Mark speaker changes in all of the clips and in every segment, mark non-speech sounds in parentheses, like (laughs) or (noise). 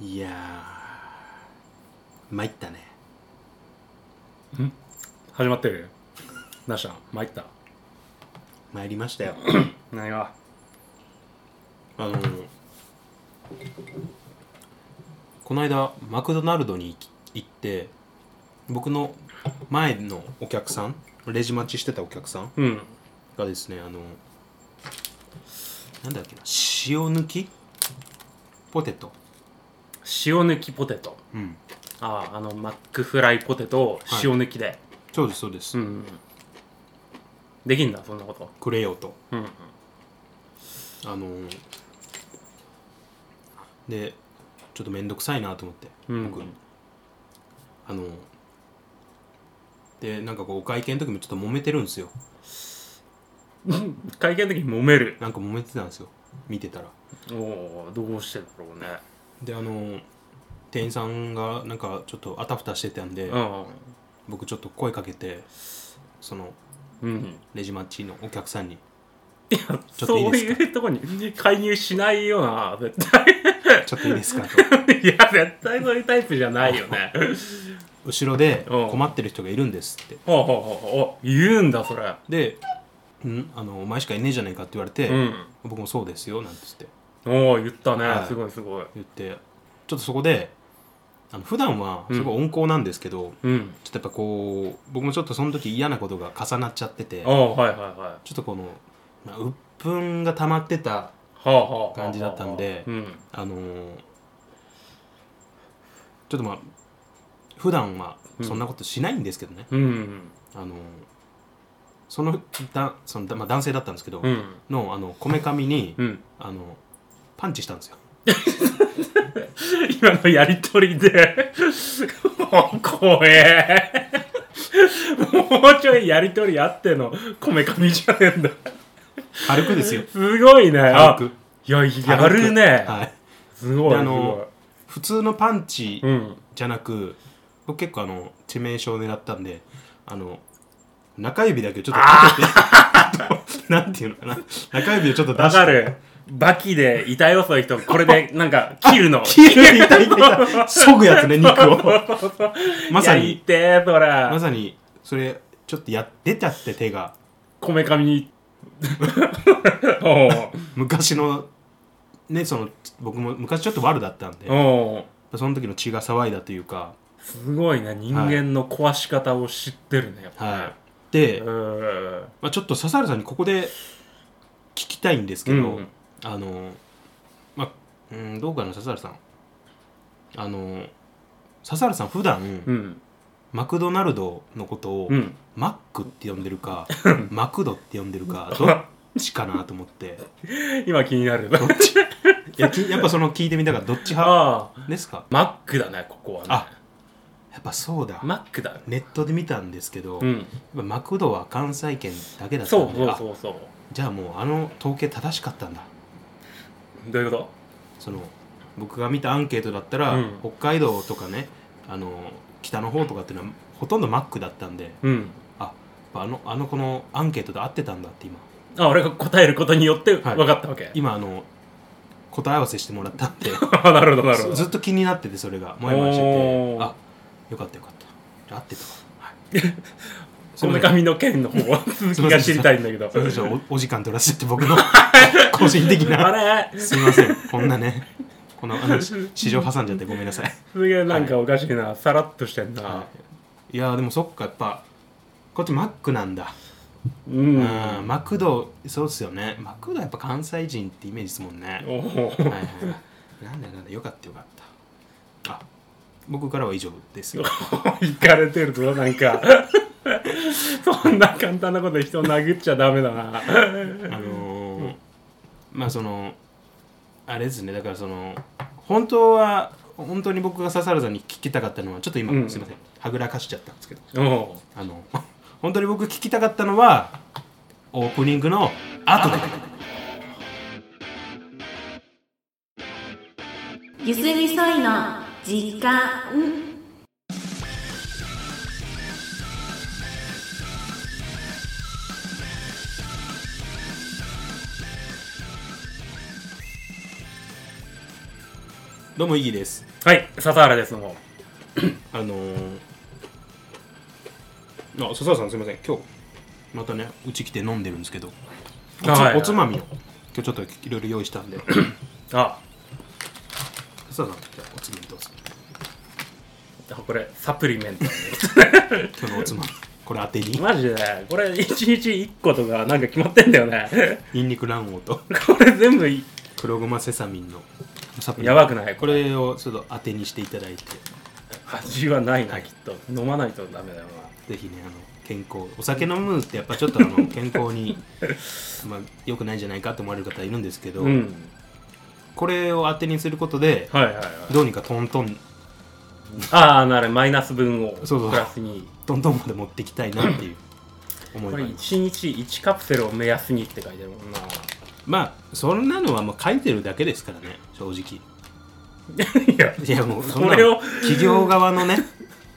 Speaker 1: いやー参ったね
Speaker 2: 始まってるなしゃん参った
Speaker 1: 参りましたよ
Speaker 2: 何が
Speaker 1: あのーこの間マクドナルドに行き行って僕の前のお客さんレジ待ちしてたお客さん
Speaker 2: うん
Speaker 1: がですねあのなんだっけな塩抜きポテト
Speaker 2: 塩抜きポテト
Speaker 1: うん
Speaker 2: あああのマックフライポテトを塩抜きで、
Speaker 1: そうですそうです、
Speaker 2: うんできんだそんなこと
Speaker 1: くれよと
Speaker 2: うん
Speaker 1: あのーでちょっと面倒くさいなと思って、
Speaker 2: うん
Speaker 1: 僕あのーでなんかこうお会計の時もちょっと揉めてるんですよ
Speaker 2: うん (laughs) 会見的に揉める
Speaker 1: なんか揉めてたんですよ見てたら
Speaker 2: おおどうしてだろうね
Speaker 1: であのー店員さんがなんかちょっとあたふたしてたんで、
Speaker 2: う
Speaker 1: 僕ちょっと声かけてその
Speaker 2: んうん
Speaker 1: レジマッチのお客さんにちょっ
Speaker 2: そ
Speaker 1: と
Speaker 2: う
Speaker 1: いいですか
Speaker 2: いうとこに介入しないよな絶対
Speaker 1: 「ちょっといいですか?」と
Speaker 2: いや絶対そういうタイプじゃないよね
Speaker 1: 後ろで
Speaker 2: うん
Speaker 1: 困ってる人がいるんですって
Speaker 2: (laughs) ほうほうほうほう言うんだそれ
Speaker 1: で「んあのお前しかいねえじゃねえか」って言われて、
Speaker 2: うん
Speaker 1: 僕も「そうですよ」なんつって
Speaker 2: おお言ったね、
Speaker 1: はい
Speaker 2: すごいすごい
Speaker 1: 言ってちょっとそこであの普段はすごい温厚なんですけど、ちょ
Speaker 2: うん
Speaker 1: っとやっぱこう僕もちょっとその時嫌なことが重なっちゃってて
Speaker 2: あ
Speaker 1: ちょ
Speaker 2: あはいはいは
Speaker 1: っとこのまあ鬱憤が溜まってた
Speaker 2: いはあはあ
Speaker 1: 感じだったんで
Speaker 2: うん
Speaker 1: あのーちょっとまあ普段はそんなことしないんですけどね、
Speaker 2: うん
Speaker 1: あのーそのだその、だまあ、男性だったんですけど、
Speaker 2: うん
Speaker 1: のあのこめかみに、
Speaker 2: うん
Speaker 1: あのパンチしたんですよ
Speaker 2: 今のやりとりでもう怖えもうちょいやりとりあってのこめかみじゃねえんだ
Speaker 1: 軽くですよ
Speaker 2: すごいね (laughs) あ
Speaker 1: 軽く
Speaker 2: いやや
Speaker 1: 軽
Speaker 2: る
Speaker 1: く
Speaker 2: ね、
Speaker 1: はい
Speaker 2: すごい
Speaker 1: であ
Speaker 2: す
Speaker 1: の
Speaker 2: ご
Speaker 1: 普通のパンチ
Speaker 2: いうん
Speaker 1: じゃなく、僕結構あの致命傷を狙ったんであの中指だけちょっと立て (laughs) てなんていうのかな中指をちょっと出
Speaker 2: わ
Speaker 1: して
Speaker 2: かるバキで痛いをそういう人これでなんか切るの
Speaker 1: 切るに痛い痛いそぐやつね肉
Speaker 2: (laughs)
Speaker 1: をまさ
Speaker 2: いや
Speaker 1: に
Speaker 2: 痛えそ
Speaker 1: ま
Speaker 2: ら
Speaker 1: さにそれちょっとや出ちゃって手が
Speaker 2: こめかみにおう
Speaker 1: 昔のねその僕も昔ちょっと悪だったんで
Speaker 2: おう
Speaker 1: その時の血が騒いだというか
Speaker 2: すごいね人間の壊し方を知ってるねやっぱね、
Speaker 1: はいで、
Speaker 2: うん
Speaker 1: まあ、ちょっと笹原さんにここで聞きたいんですけど、
Speaker 2: うん
Speaker 1: あのまあうんどうかな笹原さんあの笹原さん普段、
Speaker 2: うん
Speaker 1: マクドナルドのことを、
Speaker 2: うん
Speaker 1: マックって呼んでるかマクドって呼んでるかどっちかなと思って
Speaker 2: 今気になる (laughs)
Speaker 1: いやきやっぱその聞いてみたからどっち派
Speaker 2: ああ
Speaker 1: ですか
Speaker 2: マックだねここはね
Speaker 1: あやっぱそうだ、
Speaker 2: マックだ
Speaker 1: ネットで見たんですけど、
Speaker 2: う
Speaker 1: やっ
Speaker 2: ん
Speaker 1: ぱマクドは関西圏だけだった
Speaker 2: そ
Speaker 1: ん
Speaker 2: う
Speaker 1: で
Speaker 2: そう
Speaker 1: あ
Speaker 2: そうそう
Speaker 1: じゃあもうあの統計正しかったんだ
Speaker 2: どういうこ
Speaker 1: その僕が見たアンケートだったら、
Speaker 2: うん
Speaker 1: 北海道とかねあの北の方とかっていうのはほとんどマックだったんでやっ
Speaker 2: とうん
Speaker 1: ぱあのあのこのアンケートで合ってたんだって今
Speaker 2: あ俺が答えることによって分
Speaker 1: はい
Speaker 2: かったわけ、
Speaker 1: 今あの答え合わせしてもらったんで
Speaker 2: あ (laughs) なるほどなるほど
Speaker 1: ずっと気になっててそれがモヤモヤして
Speaker 2: お
Speaker 1: て
Speaker 2: ー
Speaker 1: あよかったよかった合ってたわはい
Speaker 2: (laughs) こめかみの件の方は続きが知りたいんだけど
Speaker 1: それ以上おお時間取らせて僕の個人的な
Speaker 2: あれ
Speaker 1: すいませんこんなねこのあの市場挟んじゃってごめんなさい
Speaker 2: すげえなんかおかしいな、さらっとしてんな、
Speaker 1: いやーでもそっかやっぱこっちマックなんだ、
Speaker 2: うん
Speaker 1: うんマクドそうっすよねマクドはやっぱ関西人ってイメージですも
Speaker 2: (laughs)
Speaker 1: んね、は
Speaker 2: お
Speaker 1: い
Speaker 2: ー
Speaker 1: はいはい、なんだよなんだよよかったよかったあ僕からは以上
Speaker 2: (laughs)
Speaker 1: ですよ
Speaker 2: いかれてるぞなんか (laughs) そんな簡単なことで人を殴っちゃダメだな
Speaker 1: あのーまあそのあれですねだからその本当は本当に僕が笹原さんに聞きたかったのはちょっと今、
Speaker 2: うん
Speaker 1: すいませんはぐらかしちゃったんですけど
Speaker 2: おう
Speaker 1: あの本当に僕聞きたかったのはオープニングの後で
Speaker 3: ゆすみそいの時間
Speaker 1: どうもイギです
Speaker 2: はい笹原ですどうも
Speaker 1: あのー、あ笹原さんすみません今日またねうち来て飲んでるんですけどおつ,、
Speaker 2: あはい
Speaker 1: おつまみを今日ちょっといろいろ用意したん
Speaker 2: (clears throat)
Speaker 1: で
Speaker 2: あ
Speaker 1: 笹原さんじゃあお次にどうぞ
Speaker 2: あこれサプリメント
Speaker 1: 今日のおつまみこれ当てに
Speaker 2: マジでねこれ1日1個とかなんか決まってんだよね
Speaker 1: ニンニク卵黄と
Speaker 2: これ全部い
Speaker 1: 黒ごまセサミンのサプリ
Speaker 2: やばくない
Speaker 1: これをちょっと当てにしていただいて
Speaker 2: 味はないな、
Speaker 1: はい
Speaker 2: きっと飲まないとダメだよ
Speaker 1: ぜひねあの健康お酒飲むってやっぱちょっとあ
Speaker 2: (laughs)
Speaker 1: の健康にまあ良くないんじゃないかと思われる方いるんですけど、
Speaker 2: なうん
Speaker 1: これを当てにすることで
Speaker 2: はいはいはい
Speaker 1: どうにかトントン
Speaker 2: ああなるマイナス分を
Speaker 1: そうそう
Speaker 2: プラスに
Speaker 1: トントンまで持っていきたいな
Speaker 2: (coughs)
Speaker 1: っていう思いがあ
Speaker 2: これ
Speaker 1: ります
Speaker 2: 1日1カプセルを目安にって書いてあるもんな
Speaker 1: まあそんなのはもう書いてるだけですからね正
Speaker 2: (laughs)
Speaker 1: 直
Speaker 2: いや
Speaker 1: いやもうそん
Speaker 2: こ
Speaker 1: な
Speaker 2: れを
Speaker 1: の企業側の
Speaker 2: (laughs)
Speaker 1: ね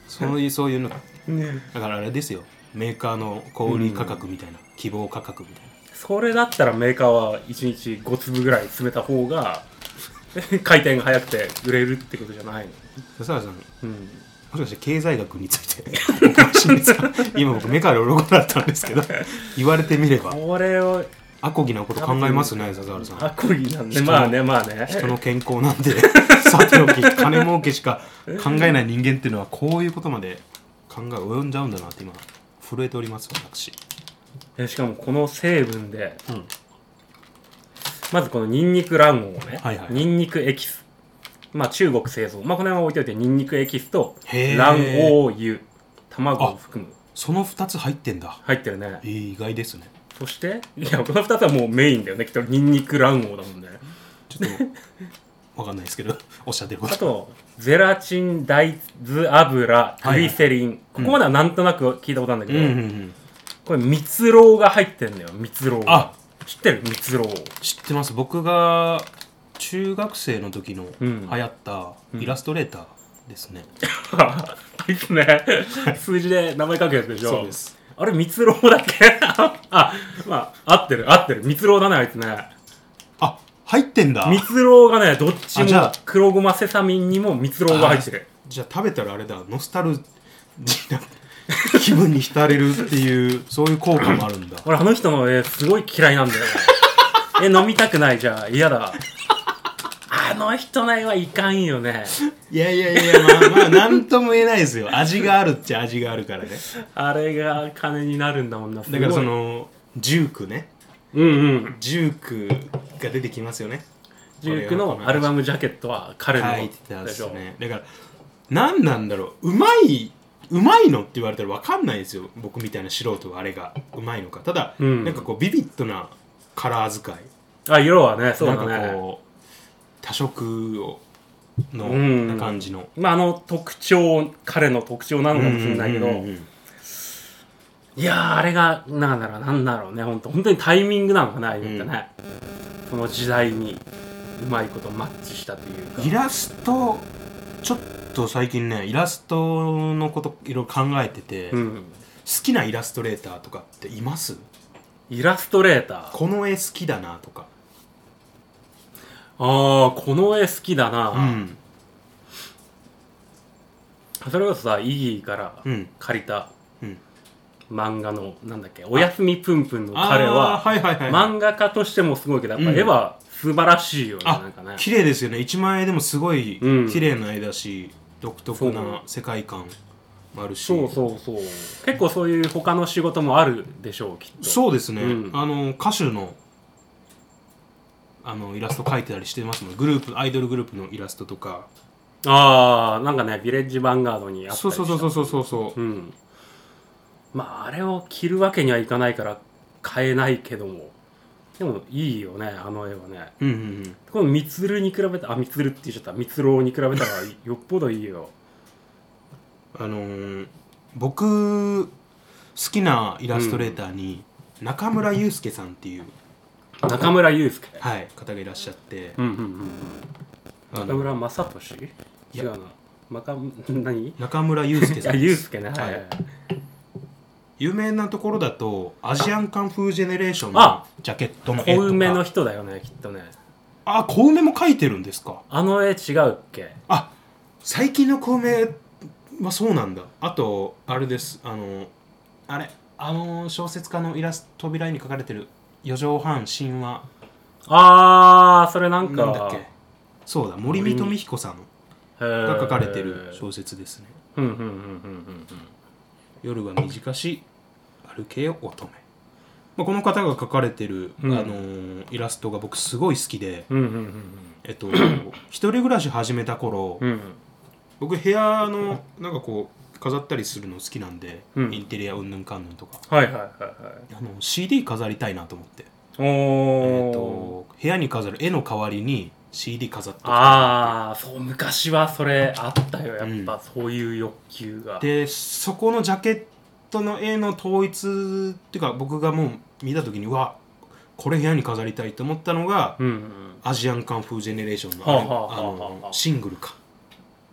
Speaker 1: そういうそういうの
Speaker 2: ね
Speaker 1: だからあれですよメーカーの小売価格みたいな、希望価格みたいな
Speaker 2: それだったらメーカーは1日5粒ぐらい詰めた方が (laughs) 回転が速くて売れるってことじゃないの
Speaker 1: 笹原さんも
Speaker 2: うん
Speaker 1: しかして経済学について (laughs) お詳しいんですか今僕目から鱗だったんですけど言われてみれ
Speaker 2: (laughs)
Speaker 1: ば
Speaker 2: これを
Speaker 1: アコギなこと考えますね笹原さん
Speaker 2: アコギなんで
Speaker 1: 人の
Speaker 2: まあねまあね
Speaker 1: 人の健康なん (laughs) てさておき金儲けしか考えない人間っていうのはこういうことまで考え及んじゃうんだなって今震えております私
Speaker 2: えしかもこの成分で、
Speaker 1: うん
Speaker 2: まずこのニンニク卵黄をね、
Speaker 1: はいはい
Speaker 2: ニンニクエキスまあ中国製造まあこの辺は置いといてニンニクエキスと
Speaker 1: へー
Speaker 2: 卵黄油卵を含む
Speaker 1: その2つ入ってんだ
Speaker 2: 入ってるね
Speaker 1: えー意外ですね
Speaker 2: そしていやこの2つはもうメインだよねきっとニンニク卵黄だもんね
Speaker 1: ちょっとわかんないですけ (laughs) どおっしゃってるこ
Speaker 2: あ
Speaker 1: と
Speaker 2: とゼラチン大豆油グリセリン、ここまではなんとなく聞いたことあるんだ
Speaker 1: うん
Speaker 2: け
Speaker 1: う
Speaker 2: ど、
Speaker 1: んうん
Speaker 2: これ蜜ろうが入ってんだよ蜜ろう
Speaker 1: あ
Speaker 2: 知ってる蜜ろう
Speaker 1: 知ってます僕が中学生の時の
Speaker 2: う
Speaker 1: 流
Speaker 2: ん
Speaker 1: 行ったイラストレーターですね、
Speaker 2: あいつね、数字で名前書くやつでしょ。
Speaker 1: そうです。
Speaker 2: あれ、蜜ろうだっけあ、まあ、合ってる、合ってる。蜜ろうだね、あいつね。
Speaker 1: あ入ってんだ
Speaker 2: 蜜ろうがね、どっち
Speaker 1: あじゃ
Speaker 2: も
Speaker 1: あ
Speaker 2: 黒ごまセサミンにも蜜ろうが入ってる。
Speaker 1: じゃあ食べたらあれだノスタルジーな気分に浸れるっていうそういう効果もあるんだ
Speaker 2: 俺、あの人の絵、すごい嫌いなんだよね。え、飲みたくないじゃあ、嫌だ。あの人の絵はいかんよね。
Speaker 1: いやいやいやまあまあ何とも言えないですよ (laughs) 味があるっちゃ味があるからね
Speaker 2: あれが金になるんだもんな。すご
Speaker 1: だ
Speaker 2: い
Speaker 1: からそ、のジュークね
Speaker 2: うんうん。
Speaker 1: ジュークが出てきますよね
Speaker 2: ジュークのアルバムジャケットは彼の
Speaker 1: 書いてたんで
Speaker 2: でし
Speaker 1: す
Speaker 2: ょ。
Speaker 1: ねだから何なんだろううまいうまいのって言われたら分かんないですよ僕みたいな素人はあれがうまいのかただ、
Speaker 2: うん
Speaker 1: なんかこうビビッドなカラー使い
Speaker 2: あ、色はね、そうだね。
Speaker 1: なんかこう多色をの、
Speaker 2: うん
Speaker 1: な感じの
Speaker 2: まあ、あの特徴彼の特徴なのかもしれないけど、
Speaker 1: うんうんうんうん
Speaker 2: いやーあれがなんだろうなんだろうね本当本当にタイミングなのかなああいうのってね、その時代にうまいことマッチしたというか
Speaker 1: イラストちょっと最近ねイラストのこといろいろ考えてて、
Speaker 2: う
Speaker 1: 好
Speaker 2: ん、
Speaker 1: きなイラストレーターとかっています
Speaker 2: イラストレーターあ
Speaker 1: この絵好きだなとか
Speaker 2: あーこの絵好きだな、
Speaker 1: うん
Speaker 2: それこそさイギーから
Speaker 1: うん
Speaker 2: 借りた
Speaker 1: うん
Speaker 2: 漫画のなんだっけ「おやすみぷんぷん」の
Speaker 1: あー
Speaker 2: 彼は
Speaker 1: はいはいはい、
Speaker 2: 漫画家としてもすごいけどやっぱ絵は素晴らしいよね、なん
Speaker 1: あ
Speaker 2: かね
Speaker 1: 綺麗ですよね一枚絵でもすごい
Speaker 2: うん
Speaker 1: 綺麗な絵だし、独特な世界観もあるし
Speaker 2: そうそうそう結構そういう他の仕事もあるでしょうきっと
Speaker 1: そうですね、
Speaker 2: うん
Speaker 1: あの歌手のあのイラスト描いてたりしてますもんグループアイドルグループのイラストとか
Speaker 2: ああなんかねヴィレッジヴァンガードにあったりし
Speaker 1: そ
Speaker 2: た、
Speaker 1: うそうそうそうそうそうそう
Speaker 2: ん、まああれを着るわけにはいかないから買えないけどもでもいいよねあの絵はね
Speaker 1: うんうん
Speaker 2: このみつるに比べたあみつるって言っちゃったみつろうに比べたらよっぽどいい (laughs) よ
Speaker 1: うんあのー僕好きなイラストレーターに中村祐介さんっていう、
Speaker 2: 中村祐介
Speaker 1: はい、方がいらっしゃって、
Speaker 2: うんうんうんうん
Speaker 1: あ
Speaker 2: 中
Speaker 1: の
Speaker 2: 村雅俊
Speaker 1: い
Speaker 2: 違
Speaker 1: や
Speaker 2: うなまか何
Speaker 1: 中村祐介さ
Speaker 2: あ
Speaker 1: ん
Speaker 2: 祐
Speaker 1: です
Speaker 2: 介ねは
Speaker 1: はいい
Speaker 2: はいはい、
Speaker 1: 有名なところだとアジアンカンフージェネレーション
Speaker 2: あ
Speaker 1: のジャケットの絵とか
Speaker 2: 小梅の人だよねきっとね
Speaker 1: あ小梅も描いてるんですか
Speaker 2: あの絵違うっけ
Speaker 1: あ最近の小梅はそうなんだあとあれですあのあれあの小説家のイラスト扉絵に書かれてる「四畳半神話
Speaker 2: あーそれ」な
Speaker 1: なんん
Speaker 2: か
Speaker 1: だっけそうだ森見富彦さん
Speaker 2: へー
Speaker 1: が書かれてる小説ですね
Speaker 2: うんうんうんうんうん
Speaker 1: 「夜は短し歩けよ乙女」まあ、この方が書かれてる、
Speaker 2: うん
Speaker 1: あのイラストが僕すごい好きで、
Speaker 2: うんうんうん
Speaker 1: えっと一人暮らし始めた頃、
Speaker 2: うんうん
Speaker 1: 僕部屋のなんかこう飾ったりするの好きなんで、
Speaker 2: うん
Speaker 1: インテリアうんぬんかんぬんとか
Speaker 2: はいはいはいはい
Speaker 1: あの CD 飾りたいなと思って、
Speaker 2: お
Speaker 1: えっ
Speaker 2: お、
Speaker 1: と部屋に飾る絵の代わりに CD 飾って
Speaker 2: ああそう昔はそれあったよやっぱ、
Speaker 1: う
Speaker 2: そういう欲求が
Speaker 1: でそこのジャケットの絵の統一っていうか僕がもう見た時にうわこれ部屋に飾りたいと思ったのが、
Speaker 2: うんうん
Speaker 1: アジアンカンフージェネレーションの
Speaker 2: はあ
Speaker 1: あ
Speaker 2: はあはあはあ
Speaker 1: のシングルか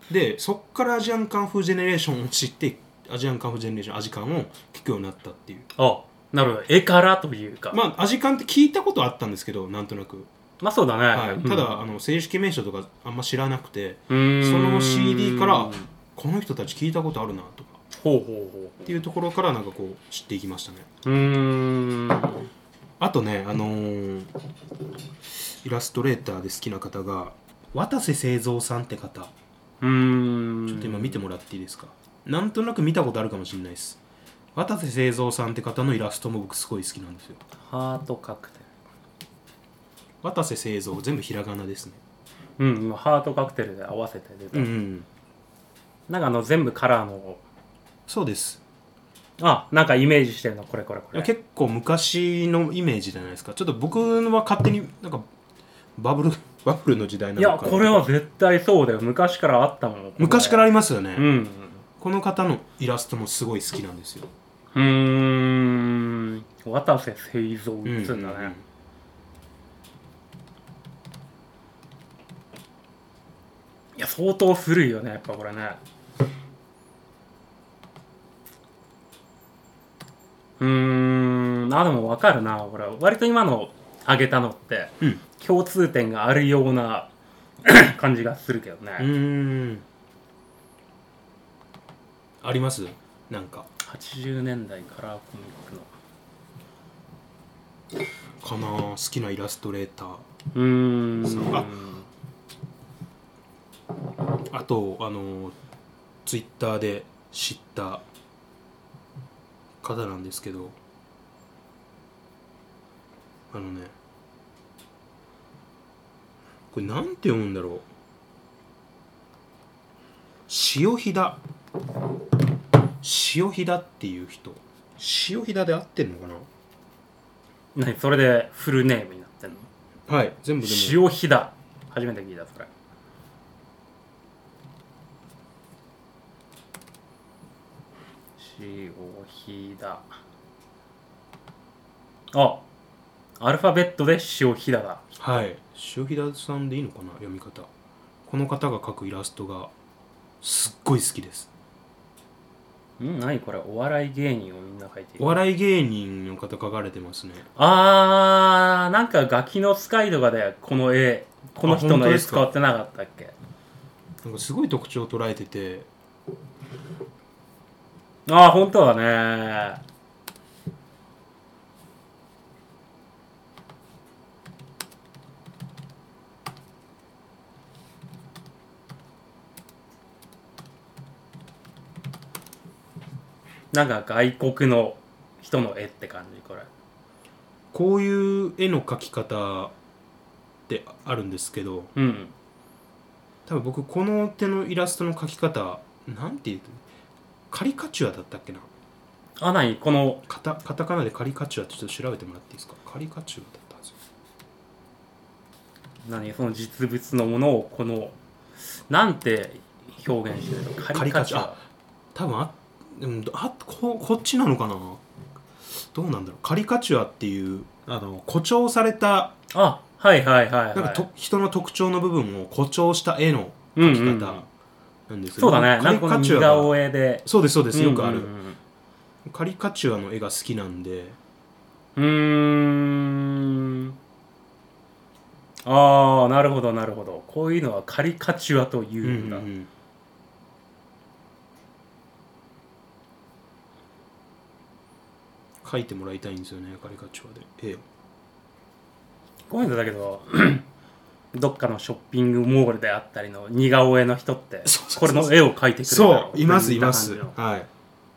Speaker 1: でそっからアジアンカンフージェネレーションを知ってアジアンカンフージェネレーションアジカンを聴くようになったっていう
Speaker 2: あなるほど絵からというかま
Speaker 1: まあアジカンって聞いたことあったんですけどなんとなく、
Speaker 2: あそうだね、
Speaker 1: はい、た
Speaker 2: うん
Speaker 1: だあの正式名称とかあんま知らなくて
Speaker 2: うーん
Speaker 1: その CD からあこの人たち聞いたことあるなとか
Speaker 2: ほうほうほう
Speaker 1: っていうところからなんかこう知っていきましたね
Speaker 2: うーん
Speaker 1: あとねあのーイラストレーターで好きな方が渡瀬製造さんって方
Speaker 2: うーん
Speaker 1: ちょっと今見てもらっていいですか、なんとなく見たことあるかもしれないです渡瀬製造さんって方のイラストも僕すごい好きなんですよ
Speaker 2: ハートカクテ
Speaker 1: 渡瀬製造全部ひらがなですね
Speaker 2: ルうん今ハートカクテルで合わせて出た、
Speaker 1: うん、うん、
Speaker 2: なんかあの全部カラーの
Speaker 1: そうです
Speaker 2: あなんかイメージしてるのこれこれこれ
Speaker 1: 結構昔のイメージじゃないですかちょっと僕は勝手になんかバブル (laughs) バブルの時代ない
Speaker 2: や
Speaker 1: のか
Speaker 2: これは絶対そうだよ昔からあったもん
Speaker 1: 昔からありますよね、
Speaker 2: うん
Speaker 1: この方のイラストもすごい好きなんですよ、
Speaker 2: うーん渡瀬製造っつうんだね、いや相当古いよねやっぱこれねうーんあでも分かるなこれ割と今の上げたのって、
Speaker 1: うん
Speaker 2: 共通点があるよ
Speaker 1: (coughs)
Speaker 2: うな感じがするけどね、
Speaker 1: うーんありますなんか
Speaker 2: 80年代カラーコミック
Speaker 1: か
Speaker 2: の
Speaker 1: な好きなイラストレーター
Speaker 2: うーん
Speaker 1: ああとあのツイッターで知った方なんですけどあのねこれなんて読むんだろう潮ひだ潮ひだっていう人潮ひだで合ってんのか
Speaker 2: 何それでフルネームになってんの
Speaker 1: なはい全部でも
Speaker 2: 潮干だ初めて聞いたそれ潮干だあアルファベットで潮干だだ
Speaker 1: はい潮ひださんでいいのかな読み方この方が描くイラストがすっごい好きです
Speaker 2: ん何これお笑い芸人をみんな書いてい
Speaker 1: お
Speaker 2: る
Speaker 1: 笑い芸人の方書かれてますね
Speaker 2: あーなんかガキの使いとかでこの絵この人
Speaker 1: あ本
Speaker 2: の
Speaker 1: 当
Speaker 2: 絵
Speaker 1: ですか
Speaker 2: 使ってなかったっけ
Speaker 1: なんかすごい特徴を捉えてて
Speaker 2: ああ本当だねなんか外国の人の絵って感じこれ
Speaker 1: こういう絵の描き方ってあるんですけど
Speaker 2: うん
Speaker 1: 多分僕この手のイラストの描き方なんていうカリカチュアだったっけな
Speaker 2: あ何この
Speaker 1: カタカタカナでカリカチュアってちょっと調べてもらっていいですかカリカチュアだったはず
Speaker 2: 何その実物のものをこのなんて表現してるのカリカチュア
Speaker 1: 多分あでもあここっちなのかなどうなんだろうカリカチュアっていうあの誇張された
Speaker 2: あはいはいはい、はい、
Speaker 1: なんかと、人の特徴の部分を誇張した絵の
Speaker 2: うん
Speaker 1: 描き
Speaker 2: うん
Speaker 1: 方なんですけ
Speaker 2: そ
Speaker 1: ど
Speaker 2: うだね
Speaker 1: カ
Speaker 2: なん
Speaker 1: リ
Speaker 2: かこの
Speaker 1: カチュ
Speaker 2: 似
Speaker 1: アが
Speaker 2: 顔絵で
Speaker 1: そうですそうですよくある、
Speaker 2: うんうん
Speaker 1: カリカチュアの絵が好きなんで
Speaker 2: うんうーんああなるほどなるほどこういうのはカリカチュアとい
Speaker 1: うん
Speaker 2: うん
Speaker 1: う
Speaker 2: だ、
Speaker 1: ん書いてもらいたいんですよねカリカチュアで絵を
Speaker 2: こういうのだけど (clears throat) どっかのショッピングモールであったりの似顔絵の人って
Speaker 1: そうそう
Speaker 2: これの絵を描いてくれるだ
Speaker 1: そ
Speaker 2: ろ
Speaker 1: ういますい
Speaker 2: 似た
Speaker 1: ま
Speaker 2: 感
Speaker 1: す
Speaker 2: じの
Speaker 1: はい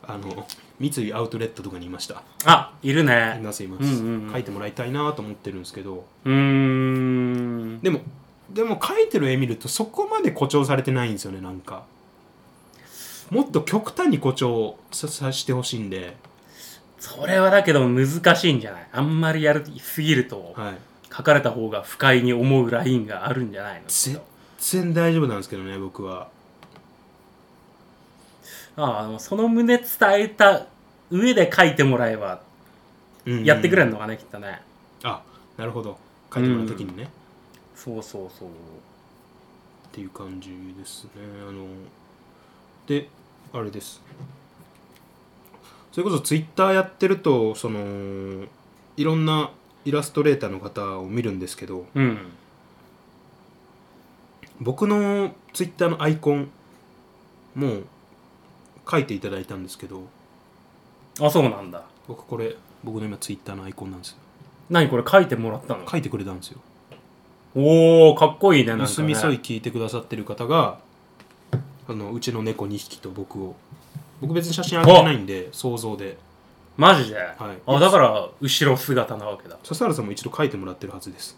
Speaker 1: あの三井アウトレットとかにいました
Speaker 2: あいるね
Speaker 1: いますいます、
Speaker 2: うんうんうん
Speaker 1: 書いてもらいたいなと思ってるんですけど
Speaker 2: うーん
Speaker 1: でもでも書いてる絵見るとそこまで誇張されてないんですよねなんかもっと極端に誇張ささしてほしいんで、
Speaker 2: それはだけど難しいんじゃないあんまりやりすぎると
Speaker 1: はい、
Speaker 2: 書かれた方が不快に思うラインがあるんじゃないの
Speaker 1: 全然大丈夫なんですけどね僕は
Speaker 2: ああでもその旨伝えた上で書いてもらえばやってくれ
Speaker 1: ん
Speaker 2: るのかね、きっとね
Speaker 1: あなるほど書いてもらう時にね、っ
Speaker 2: そうそうそう
Speaker 1: ていう感じですねあのであれですそれこそツイッターやってるとそのいろんなイラストレーターの方を見るんですけど
Speaker 2: うん
Speaker 1: 僕のツイッターのアイコンもう書いていただいたんですけど
Speaker 2: あそうなんだ
Speaker 1: 僕これ僕の今ツイッターのアイコンなんですよ
Speaker 2: 何これ書いてもらったの
Speaker 1: 書いてくれたんですよ
Speaker 2: おおかっこいいねなんかね
Speaker 1: 盗みそい聞いてくださってる方があのうちの猫2匹と僕を僕別に写真あげてないんで想像で
Speaker 2: マジで、
Speaker 1: い
Speaker 2: あだから後ろ姿なわけだ
Speaker 1: 笹原さんも一度書いてもらってるはずです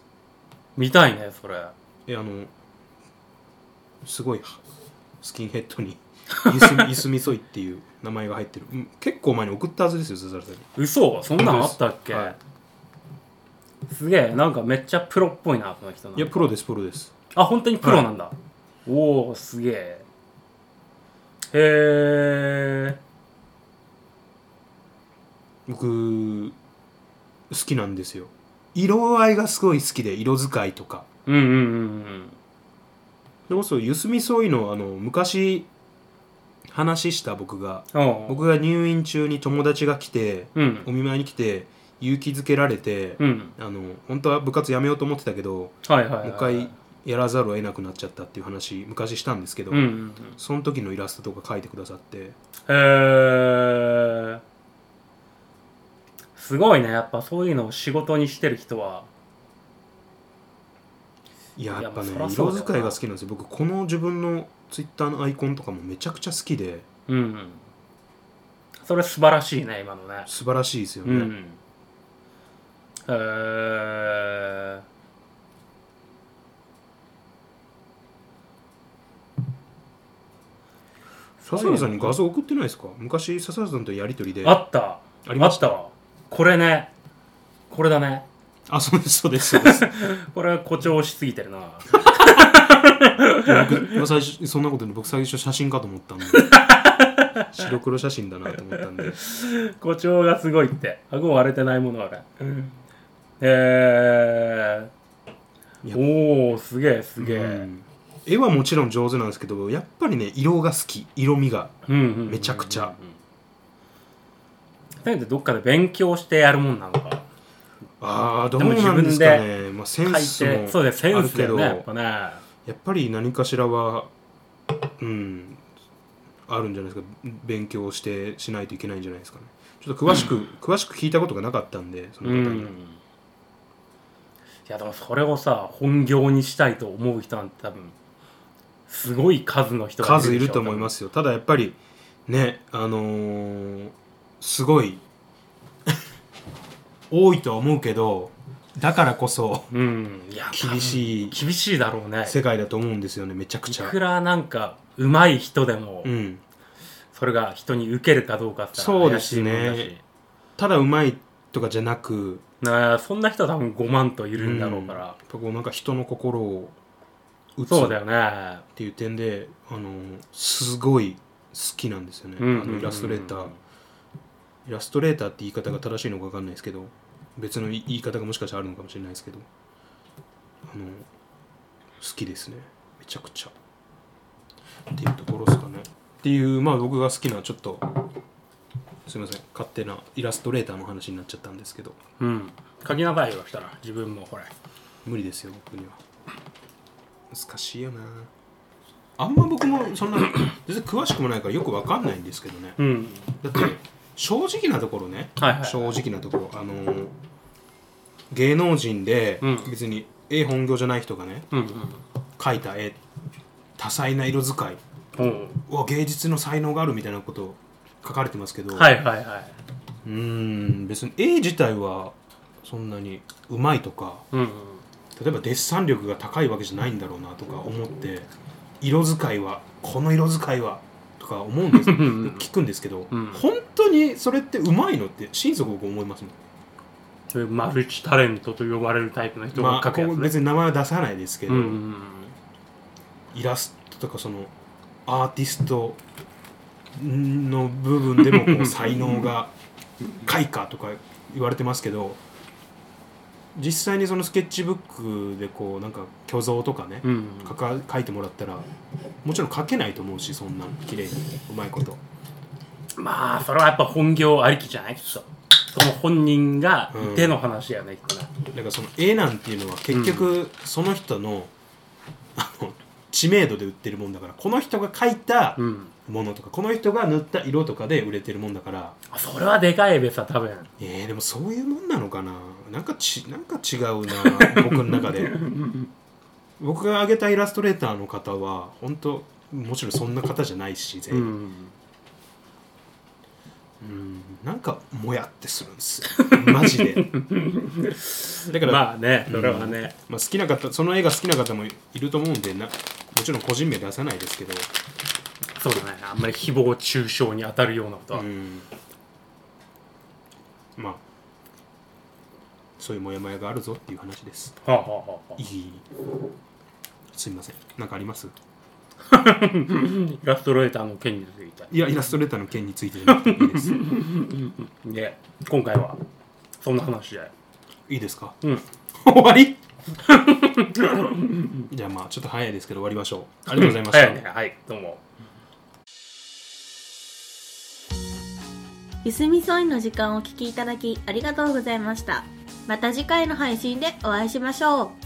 Speaker 2: 見たいねそれ
Speaker 1: えあのすごいはスキンヘッド
Speaker 2: (laughs)
Speaker 1: にゆすみゆすみそいっていう名前が入ってるうん結構前に送ったはずですよ笹原さんに
Speaker 2: 嘘そんなんあったっけ、
Speaker 1: は
Speaker 2: すげえなんかめっちゃプロっぽいなこの人なん
Speaker 1: い
Speaker 2: か
Speaker 1: やプロですプロです
Speaker 2: あ本当にプロなんだ、おおすげえへえ
Speaker 1: 僕好きなんですよ色合いがすごい好きで色使いとか
Speaker 2: うんうんうん
Speaker 1: それこそゆすみそいのあの昔話した僕が
Speaker 2: うんおう
Speaker 1: 僕が入院中に友達が来て
Speaker 2: うん
Speaker 1: お見舞いに来て勇気づけられて、
Speaker 2: うん
Speaker 1: あの本当は部活やめようと思ってたけど、
Speaker 2: はいはい、はい、
Speaker 1: もう一回やらざるを得なくなっちゃったっていう話昔したんですけど、
Speaker 2: うんうんうん
Speaker 1: その時のイラストとか書いてくださって
Speaker 2: へえすごいねやっぱそういうのを仕事にしてる人はい
Speaker 1: や
Speaker 2: いや
Speaker 1: やっぱね
Speaker 2: まあそらそう
Speaker 1: 色使
Speaker 2: だよな
Speaker 1: いが好きなんですよ僕この自分のツイッターのアイコンとかもめちゃくちゃ好きで
Speaker 2: うんうんそれ素晴らしいね今のね
Speaker 1: 素晴らしいですよ
Speaker 2: う
Speaker 1: ね、
Speaker 2: んへえ
Speaker 1: 笹原さんに画像送ってないですか昔笹原さんとやり取りで
Speaker 2: あった
Speaker 1: ありました
Speaker 2: あったわこれねこれだね
Speaker 1: あそうですそう
Speaker 2: (laughs)
Speaker 1: ですそうです
Speaker 2: これは誇張しすぎてるな
Speaker 1: 僕最初そんなこと言うの僕最初写真かと思
Speaker 2: (laughs)
Speaker 1: ったんで白黒写真だなと思ったんで
Speaker 2: 誇張がすごいって顎割れてないもの俺え
Speaker 1: いや
Speaker 2: ー、おおすげえすげえ、
Speaker 1: うん絵はもちろん上手なんですけどやっぱりね色が好き色味が
Speaker 2: うんうんうんうん
Speaker 1: めちゃくちゃ。
Speaker 2: だけどどっかで勉強してやるもんなのか。
Speaker 1: ああどうなんですか
Speaker 2: でも
Speaker 1: ね、まあ、セ
Speaker 2: 書い
Speaker 1: ン
Speaker 2: て、
Speaker 1: スも
Speaker 2: そうだよ、セ
Speaker 1: あ
Speaker 2: ン
Speaker 1: る
Speaker 2: スだ
Speaker 1: けど
Speaker 2: よね、やっぱね。
Speaker 1: やっぱり何かしらはうんあるんじゃないですか勉強してしないといけないんじゃないですかねちょっと詳しく、詳しく聞いたことがなかったんでその
Speaker 2: う
Speaker 1: 方に、
Speaker 2: ん。いや、でもそれをさ、本業にしたいと思う人なんて多分、すごい数の人が。
Speaker 1: 数いると思いますすよただやっぱりねあのーすごい多いとは思うけどだからこそ
Speaker 2: うん。いや、
Speaker 1: 厳しい
Speaker 2: 厳しいだろうね。
Speaker 1: 世界だと思うんですよねめちゃく
Speaker 2: い
Speaker 1: ちゃ
Speaker 2: くらなんか、上手い人でも、
Speaker 1: うん
Speaker 2: それが人に受けるかどうかって言ったら
Speaker 1: そうですね
Speaker 2: 怪しいもんだし。
Speaker 1: ただうまいとかじゃなく
Speaker 2: なあそんな人は多分5万といるんだろうから
Speaker 1: やっ、ぱこうなんか人の心を打つ
Speaker 2: そうだ
Speaker 1: っ
Speaker 2: よね
Speaker 1: ていう点で、あのーすごい好きなんですよね、
Speaker 2: うんうんうん
Speaker 1: あのイラストレーターイラストレーターって言い方が正しいのか分かんないですけど別の言い方がもしかしたらあるのかもしれないですけどあの好きですねめちゃくちゃっていうところですかねっていうまあ僕が好きなちょっとすいません勝手なイラストレーターの話になっちゃったんですけど
Speaker 2: うん書きなさいよそしたら自分もこれ
Speaker 1: 無理ですよ僕には難しいよなあんま僕も (clears throat) そんな全然詳しくもないからよくわかんないんですけどね
Speaker 2: うん
Speaker 1: だって正直なところね、
Speaker 2: はいはい
Speaker 1: 正直なところあのー芸能人で
Speaker 2: うん
Speaker 1: 別に絵本業じゃない人がね
Speaker 2: うん
Speaker 1: 描いた絵多彩な色使い
Speaker 2: うんうん
Speaker 1: うわ芸術の才能があるみたいなこと書かれてますけど、
Speaker 2: はいはいはいう
Speaker 1: ーん別に絵自体はそんなにうまいとか
Speaker 2: うんうん
Speaker 1: 例えばデッサン力が高いわけじゃないんだろうなとか思って色使いはこの色使いはとか思うんです聞くんですけど、
Speaker 2: うん
Speaker 1: 本当にそれってうまいのって心底僕思いますもん
Speaker 2: そういうマルチタレントと呼ばれるタイプの人が
Speaker 1: ま
Speaker 2: 描
Speaker 1: あ、
Speaker 2: く
Speaker 1: こ
Speaker 2: やつ
Speaker 1: こ
Speaker 2: ね、
Speaker 1: 別に名前は出さないですけど、
Speaker 2: うんうんうん
Speaker 1: イラストとかそのアーティストの部分でもこう才能が開花とか言われてますけど実際にそのスケッチブックでこうなんか虚像とかね、
Speaker 2: うんうん
Speaker 1: 書か書いてもらったらもちろん書けないと思うしそんな綺麗にうまいこと
Speaker 2: まあそれはやっぱ本業ありきじゃないきっとその本人がいての話やね、きっとね
Speaker 1: だからその絵なんていうのは結局その人の,、あの知名度で売ってるもんだからこの人が書いた
Speaker 2: うん
Speaker 1: ものとかこの人が塗った色とかで売れてるもんだから
Speaker 2: あそれはでかいべさ多分
Speaker 1: えー、でもそういうもんなのかななんかちなんか違うな僕の中で僕が挙げたイラストレーターの方は本当もちろんそんな方じゃないし全
Speaker 2: う
Speaker 1: 員、
Speaker 2: ん
Speaker 1: うんなんかもやってするんですよマジでだから、ま
Speaker 2: まあねそれはね、
Speaker 1: あ、好きな方その絵が好きな方もいると思うんでなもちろん個人名出さないですけど、
Speaker 2: そうだねあんまり誹謗中傷に当たるようなことは、
Speaker 1: うんまあそういうモヤモヤがあるぞっていう話です
Speaker 2: はあはあはあはい
Speaker 1: いすみません何かあります
Speaker 2: あ、イラストレーターの件について
Speaker 1: いやイラストレーターの件についてじゃなくていい
Speaker 2: (laughs)
Speaker 1: です
Speaker 2: で今回はそんな話で
Speaker 1: いいですか
Speaker 2: うん
Speaker 1: 終わり (laughs) じゃあまあちょっと早いですけど終わりましょうありがとうございました、
Speaker 2: 早いねはいどうも
Speaker 3: ゆすみそいの時間をお聞きいただきありがとうございましたまた次回の配信でお会いしましょう